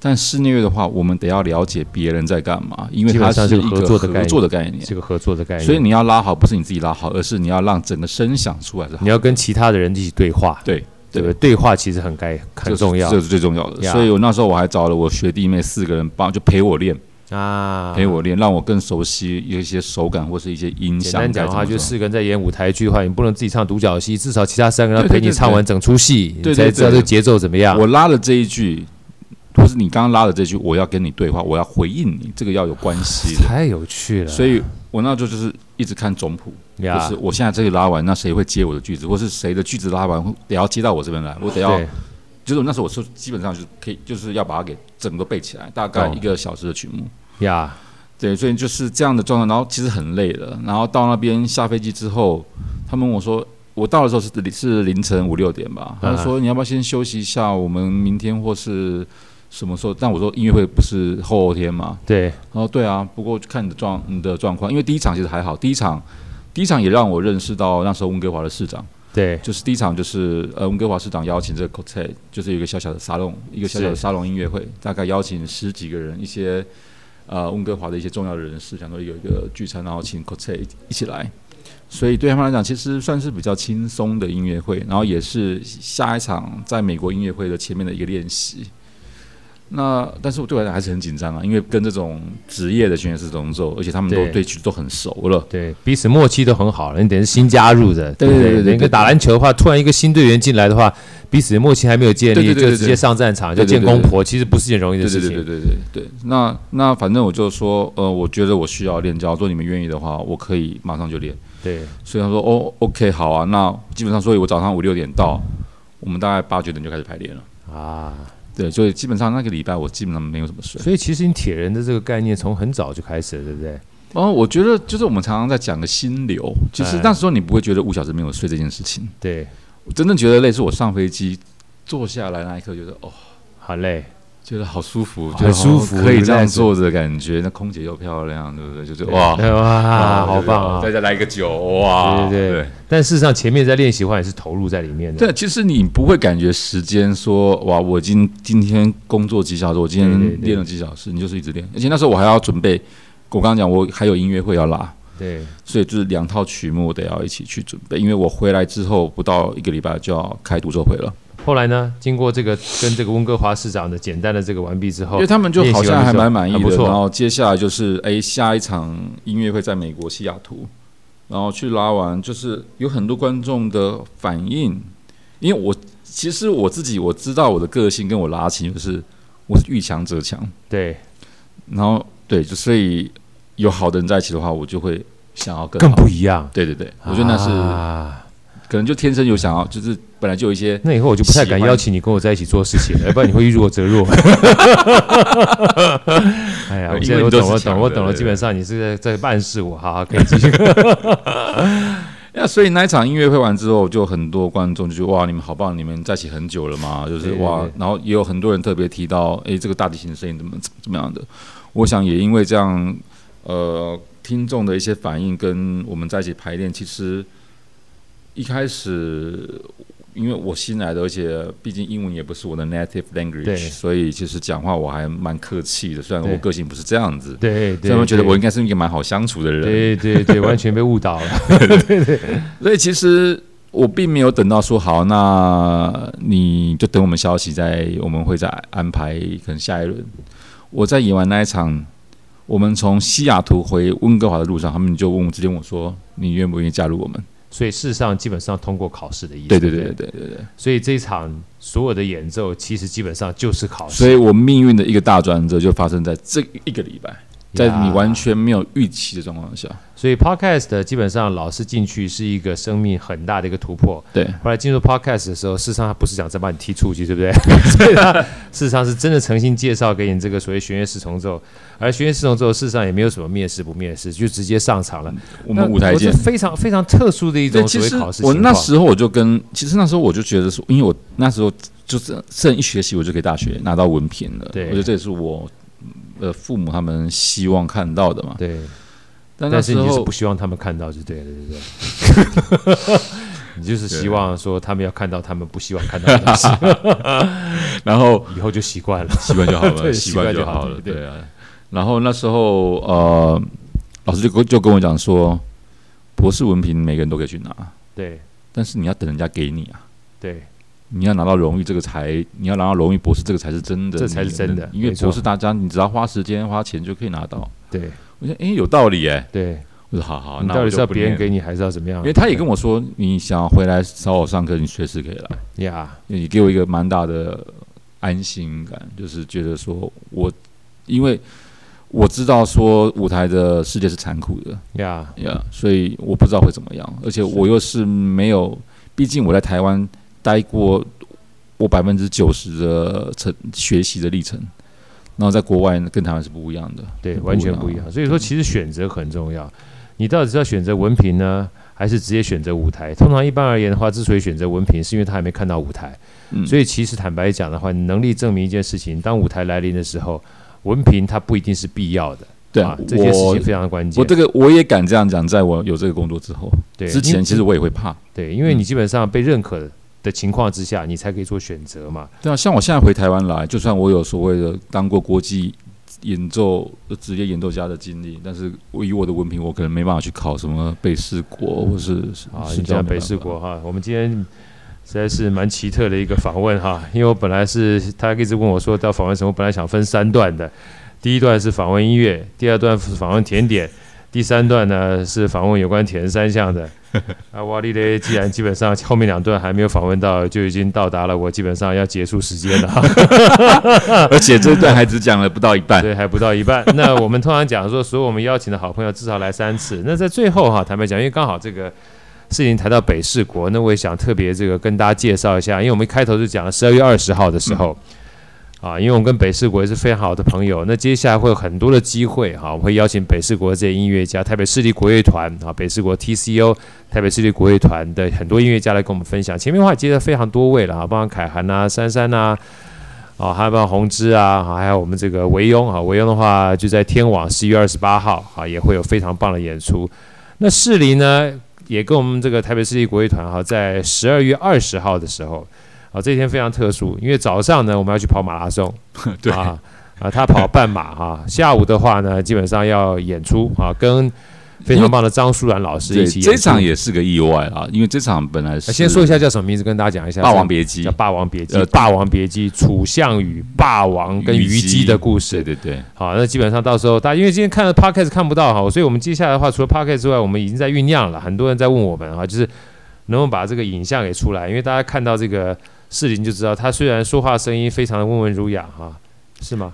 但室内乐的话，我们得要了解别人在干嘛，因为基本它上是是一合个作的概念合作的概念。这个合作的概念，所以你要拉好，不是你自己拉好，而是你要让整个声响出来是好你。要跟其他的人一起对话，对对不对？对话其实很该很重要这，是最重要的。呀所以我那时候我还找了我学弟妹四个人帮，就陪我练。啊，陪我练，让我更熟悉一些手感或是一些音简响。单讲的话，该怎就么做四个人在演舞台剧的话，你不能自己唱独角戏，至少其他三个人要对对陪你对唱完整出戏，对对你才知道这对节奏怎么样。我拉了这一句，或是你刚刚拉的这句，我要跟你对话，我要回应你，这个要有关系 的。太有趣了，所以我那时候就是一直看总谱，就呀是，我现在这里拉完，那谁会接我的句子，或是谁的句子拉完会也要接到我这边来，我得要对，就是那时候我是基本上就是可以，就是要把它给整个背起来，大概懂一个小时的曲目。呀，对，所以就是这样的状态，然后其实很累的。然后到那边下飞机之后，他们问我说，我到的时候是是凌晨五六点吧，他就说你要不要先休息一下，我们明天或是什么时候？但我说音乐会不是后天嘛，对，然后对啊，不过就看你的状你的状况，因为第一场其实还好，第一场第一场也让我认识到那时候温哥华的市长，对，就是第一场就是呃温哥华市长邀请这个 c o t e 就是有一个小小的沙龙，一个小小的是沙龙音乐会，大概邀请十几个人，一些呃温哥华的一些重要的人士，想说有一个聚餐，然后请 c o t e 一起来。所以对他们来讲，其实算是比较轻松的音乐会，然后也是下一场在美国音乐会的前面的一个练习。那但是我对我来讲还是很紧张啊，因为跟这种职业的选手是同奏，而且他们都对对曲都很熟了。对，彼此默契都很好了。你等于是新加入的，对不对对对你跟对打篮球的话，突然一个新队员进来的话，彼此默契还没有建立，对对对就对直对接上战场就对对见对公对婆，其实不是件容易的对事对情。对对对对对。那那反正我就说，呃，我觉得我需要练，假如说你们愿意的话，我可以马上就练。对所以他说，哦，OK，好啊。那基本上，所以我早上五六点到，我们大概八九点就开始排练了。啊，对，所以基本上那个礼拜我基本上没有什么睡。所以其实你铁人的这个概念从很早就开始了，对不对？然后哦我觉得就是我们常常在讲的心流，其实哎那时候你不会觉得五小时没有睡这件事情，对，我真正觉得累是我上飞机坐下来那一刻，觉得哦，好嘞，觉得好舒服，很觉得好舒服可以这样 relax 坐着的感觉，那空姐又漂亮，对不对？就是对哇，对哇，哦好棒啊！再再来一个酒，哇！对对啊对但事实上，前面在练习的话也是投入在里面的。对，其实你不会感觉时间说哇，我已经今天工作几小时，我今对对天对练了几小时，你就是一直练。而且那时候我还要准备，我刚刚讲我还有音乐会要拉，对所以就是两套曲目我得要一起去准备，因为我回来之后不到一个礼拜就要开独奏会了，后来呢，经过这个跟这个温哥华市长的简单的这个完毕之后因为，他们就好像还蛮满意练习完毕之后很不的。错然后接下来就是哎，下一场音乐会在美国西雅图，然后去拉完，就是有很多观众的反应，因为我其实我自己我知道我的个性跟我拉琴就是我是遇强则强，对然后对，就所以有好的人在一起的话，我就会想要更更好。不一样。对对对，我觉得那是、啊可能就天生有想要，就是本来就有一些那以后我就不太敢喜欢邀请你跟我 在一起做事情了，要不然你会遇弱则弱。 哎呀，我现因在为我你都懂，是我懂，强的我懂了。对基本上你是在在暗示我，好好，可以继 续。那所以那一场音乐会完之后，就很多观众就觉得哇，你们好棒，你们在一起很久了嘛，就是对对哇对，然后也有很多人特别提到，诶，这个大提琴的声音怎么怎么怎么样的。我想也因为这样，呃，听众的一些反应跟我们在一起排练，其实一开始因为我新来的，而且毕竟英文也不是我的 native 对 language，所以其实讲话我还蛮客气的，虽然对我个性不是这样子，对对，所以他们觉得对我应该是一个蛮好相处的人。对对对，完全被误导了。所以其实我并没有等到说好，那你就等我们消息再，我们会再安排可能下一轮。我在演完那一场，我们从西雅图回温哥华的路上，他们就问我直接问我说：“你愿不愿意加入我们所以事实上，基本上通过考试的意？”思。对对对不对对对对。所以这一场所有的演奏，其实基本上就是考试。所以我命运的一个大转折就发生在这一个礼拜，在呀你完全没有预期的状况下。所以 podcast 基本上老师进去是一个生命很大的一个突破。对后来进入 podcast 的时候，事实上他不是想再把你踢出去，对 不对？所以他事实上是真的诚心介绍给你这个所谓弦乐四重奏，而弦乐四重奏事实上也没有什么面试不面试，就直接上场了。我们舞台那我见是。非常非常特殊的一对，种其所谓实考试情我况。那时候我就跟，其实那时候我就觉得说，因为我那时候就是剩一学期我就可以大学拿到文凭了，对我觉得这也是我嗯呃父母他们希望看到的嘛。对，但那但是时你就是候不希望他们看到就对了，对不对？ 你就是希望说他们要看到他们不希望看到的东 西，然后以后就习惯了。习惯就 好对了，习惯习惯就就好好了，对对对啊。然后那时候呃，老师就跟就跟我讲说，博士文凭每个人都可以去拿，对但是你要等人家给你啊。对你要拿到荣誉，这个才你要拿到荣誉博士，这个才是真的，这才是真的因为没错博士大家你只要花时间花钱就可以拿到。对我说，哎，有道理哎。对，我说，好好，你嗯那到我底就是要不别人念了给你，还是要怎么样？啊因为他也跟我说，你想要回来找我上课，你随时可以来。呀，你给我一个蛮大的安心感，就是觉得说我，因为我知道说舞台的世界是残酷的呀，呀所以我不知道会怎么样，而且我又是没有，毕竟我在台湾待过我百分之九十的成学习的历程，然后在国外跟台湾是不一样啊的，对，完全不一。样。所以说，其实选择很重要。你到底是要选择文凭呢，还是直接选择舞台？通常一般而言的话，之所以选择文凭，是因为他还没看到舞台。嗯，所以以其实坦白讲的话，你能力证明一件事情，当舞台来临的时候，文凭它不一定是必要的。对啊啊，，这件事我情非常关键。我这个我也敢这样讲，在我有这个工作之后，对之因前为其实我也会怕。对，因为嗯你基本上被认可的情况之下，你才可以做选择嘛。对啊，像我现在回台湾来，就算我有所谓的当过国际演奏呃职业演奏家的经历，但是我以我的文凭，我可能没办法去考什么北四国或是啊，是你讲北四国哈，我们今天实在是蛮奇特的一个访问哈，因为我本来是他一直问我说到访问什么，我本来想分三段的，第一段是访问音乐，第二段是访问甜点，第三段呢是访问有关铁人三项的。啊，哇哩嘞！既然基本上后面两段还没有访问到，就已经到达了我基本上要结束时间了哈。 而且这段还只讲了不到 一半。对，还不到一半。那我们通常讲说，所有我们邀请的好朋友至少来三次。那在最后哈、坦白讲，因为刚好这个事情谈到北市国，那我也想特别这个跟大家介绍一下，因为我们一开头就讲了十二月二十号的时候。啊，因为我们跟北市国也是非常好的朋友，那接下来会有很多的机会哈、我们会邀请北市国这些音乐家，台北市立国乐团啊，北市国 TCO，台北市立国乐团的很多音乐家来跟我们分享。前面的话也接了非常多位了啊，包括凯涵啊、珊珊啊、啊，还有包括红枝啊，啊还有我们这个维庸啊，维庸的话就在天网十一月二十八号啊，也会有非常棒的演出。那士林呢，也跟我们这个台北市立国乐团哈、在十二月二十号的时候，啊，这一天非常特殊，因为早上呢我们要去跑马拉松， 对啊啊，他跑半马哈、下午的话呢，基本上要演出啊，跟非常棒的张淑兰老师对，一起演出。这场也是个意外啊，因为这场本来是啊先说一下叫什么名字，跟大家讲一下。 《霸王别姬叫《霸王别姬》呃霸王别姬》楚项羽、霸王跟虞姬的故》，对事。对对，好，那基本上到时候大家因为今天看了 podcast 看不到哈，所以我们接下来的话，除了 podcast 之外，我们已经在酝酿了。很多人在问我们啊，就是能不能把这个影像给出来，因为大家看到这个视林就知道，他虽然说话声音非常的温文儒雅哈，是吗？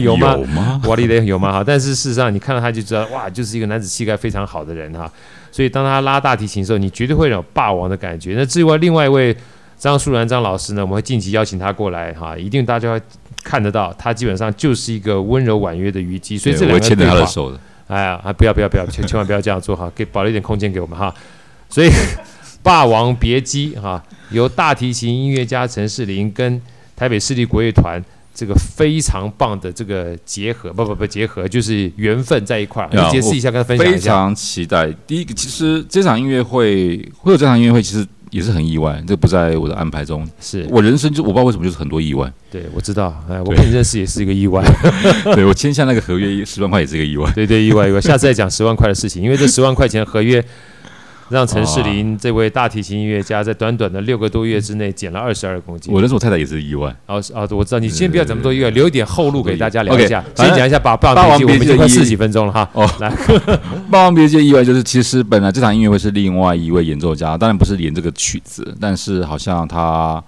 有吗？有 吗？瓦力雷有吗？哈，但是事实上你看到他就知道，哇，就是一个男子气概非常好的人哈。所以当他拉大提琴的时候，你绝对会有霸王的感觉。那至于另外一位张淑兰张老师呢，我们会近期邀请他过来哈，一定大家会看得到，他基本上就是一个温柔婉约的虞姬。所以这对两我个会牵人着对他的话，手的，哎呀，啊，不要不要不要，千千万不要这样做哈，给保留一点空间给我们哈。所以《霸王别姬》哈，由大提琴音乐家陈世林跟台北市立国乐团这个非常棒的这个结合，不不不结合，就是缘分在一块儿。你呀解释一下，跟他分享非一下。常期待。第一个，其实这场音乐会会有这场音乐会，其实也是很意外，这不在我的安排中。是，我人生就我不知道为什么就是很 多意外。对，我知道，哎，我对跟你认识也是一个意外，对我签下那个合约十万块也是 个意外。对对，意外意外。下次再讲十万块的事情，因为这十万块钱的合约。让陈世林这位大提琴音乐家在短短的六个多月之内减了二十二公斤。我认识我太太也是意外。哦是哦，我知道，你先不要讲那么多意外，留一点后路给大家聊一下 OK，。先讲一下把霸霸王王别姬，我们已别姬经的快意义四十几分钟了哈。哦来， 《霸王别姬》的意外就是，其实本来这场音乐会是另外一位演奏家，当然不是演这个曲子，但是好像她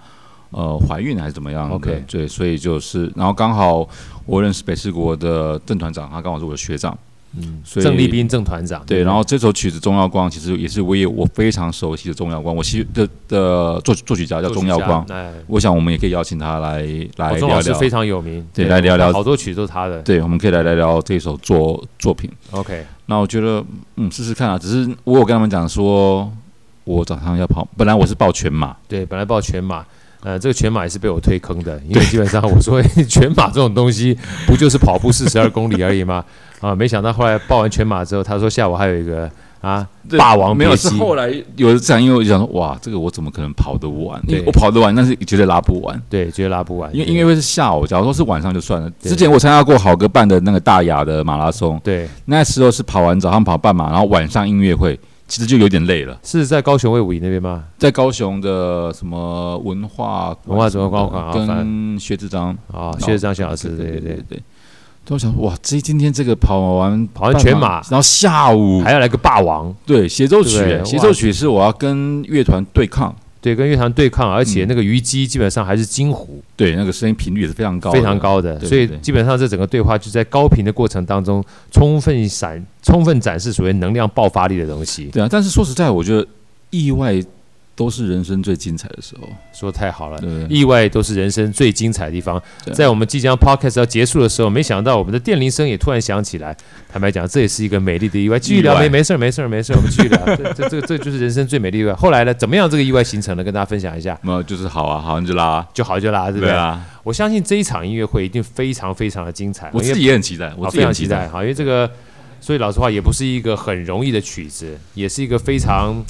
呃怀孕还是怎么样的 OK 对，所以就是，然后刚好我认识北四国的郑团长，他刚好是我的学长，嗯，所以郑立斌郑团长，嗯对，然后这首曲子《钟耀光》其实也是我也我非常熟悉的钟耀光，我其实的的作作曲家叫钟耀光，哎，我想我们也可以邀请他来来哦聊钟老师聊非，常有名，对来聊聊好多曲都是他的。对，我们可以来聊聊这首作作品。 OK，那我觉得，嗯，试试看啊。只是我有跟他们讲说，我早上要跑，本来我是报全马，对，本来报全马。呃，这个全马也是被我推坑的，因为基本上我说 全马这种东西不就是跑步四十二公里而已吗？ 啊，没想到后来报完全马之后，他说下午还有一个啊，霸王没别有是姬，后来有这场，因为我就想说，哇，这个我怎么可能跑得完？因为对我跑得完，但是绝对拉不完。对，觉得拉不完，因为音乐会是下午，假如说是晚上就算了。对之前我参加过好哥办的那个大雅的马拉松，对那时候是跑完早上跑半马，然后晚上音乐会，其实就有点累了。是在高雄卫武营那边吗？在高雄的什么文化文化总馆啊反跟薛志章，啊、然后谢谢张小老师，对对对对，对。都想哇，这今天这个跑完跑完全半马然后下午还要来个霸王，对协奏曲对，哇协奏曲是我要跟乐团对抗，对，跟乐团对抗，而且嗯那个虞姬基本上还是金胡，对那个声音频率也是非常高，非常。高的，对所以对基本上这整个对话就在高频的过程当中，充分闪、充分展示所谓能量爆发力的东西。对啊，但是说实在，我觉得意外都是人生最精彩的时候，说得太好了对。不对？意外都是人生最精彩的地方。对在我们即将 podcast 要结束的时候，没想到我们的电铃声也突然响起来。坦白讲，这也是一个美丽的意外。继续聊，意外没没事儿，没事儿，没事儿，我们继续聊。这这这这就是人生最美丽的意外。后来呢，怎么样这个意外形成了，跟大家分享一下，没有，就是好啊，好你就拉啊，就好就啦，对不对对？啊，我相信这一场音乐会一定非常非常的精彩，我因为自己也很期待，我好非自己也常很期期待待。哈，因为这个，所以老实话也不是一个很容易的曲子，也是一个非常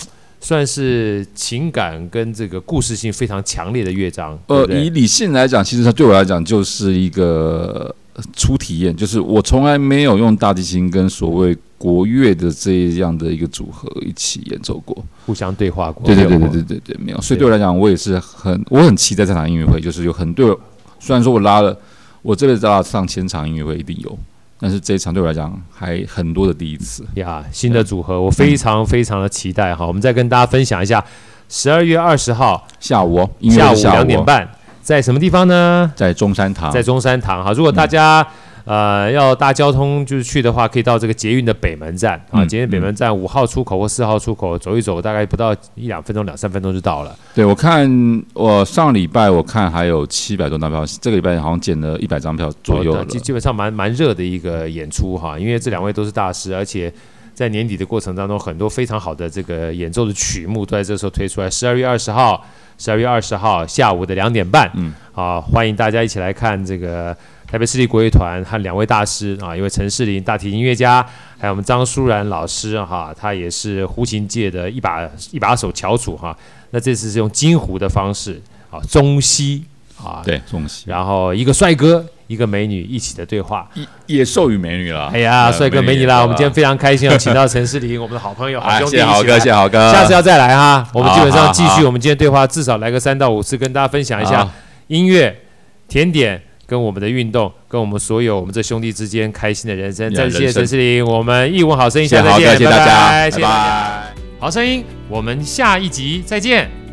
算是情感跟这个故事性非常强烈的乐章，呃对不，对以理性来讲，其实它对我来讲就是一个呃初体验，就是我从来没有用大提琴跟所谓国乐的这样的一个组合一起演奏过。互相对话过，对对没对有对过对对对，没有。所以对我来讲，我也是很我很期待这场音乐会，就是有很对我，虽然说我拉了我这辈子拉了上千场音乐会一定有，但是这一场对我来讲还很多的第一次。呀，新的组合，我非常非常的期待哈。我们再跟大家分享一下，十二月二十号下午哦，音乐下会午是下两点哦，半，在什么地方呢？在中山堂，嗯在中山堂哈。如果大家、呃要搭交通就是去的话，可以到这个捷运的北门站啊，嗯捷运北门站五号出口或四号出口走一走，大概不到一两分钟、两三分钟就到了。对，我看我上礼拜我看还有七百多张票，这个礼拜好像减了一百张票左右了。哦基基本上蛮蛮热的一个演出哈，因为这两位都是大师，而且。在年底的过程当中，很多非常好的这个演奏的曲目都在这时候推出来。十二月二十号，十二月二十号下午的两点半，嗯，啊，欢迎大家一起来看这个台北市立国乐团和两位大师啊，一位陈世林大提琴音乐家，还有我们张淑然老师哈、他也是胡琴界的一把一把手翘楚哈、那这次是用金胡的方式啊，中西啊，对，中西然后一个帅哥，一个美女一起的对话。野兽与美女啦。哎呀，呃帅哥美女啦！我们今天啊非常开心，哦，请到陈世林，我们的好朋友、好哎兄弟一谢起谢豪哥，来谢。谢啊豪哥，下次要再来哈，我们基本上继好好续好我们今天对话，至少来个三到五次，跟大家分享一下好音乐、甜点跟我们的运动，跟我们所有我们这兄弟之间开心的人生。呀再次谢谢人生陈世林，我们一文好声音，谢谢下次豪再见，哥，谢谢大拜家，拜谢谢大家。好声音，我们下一集再见。拜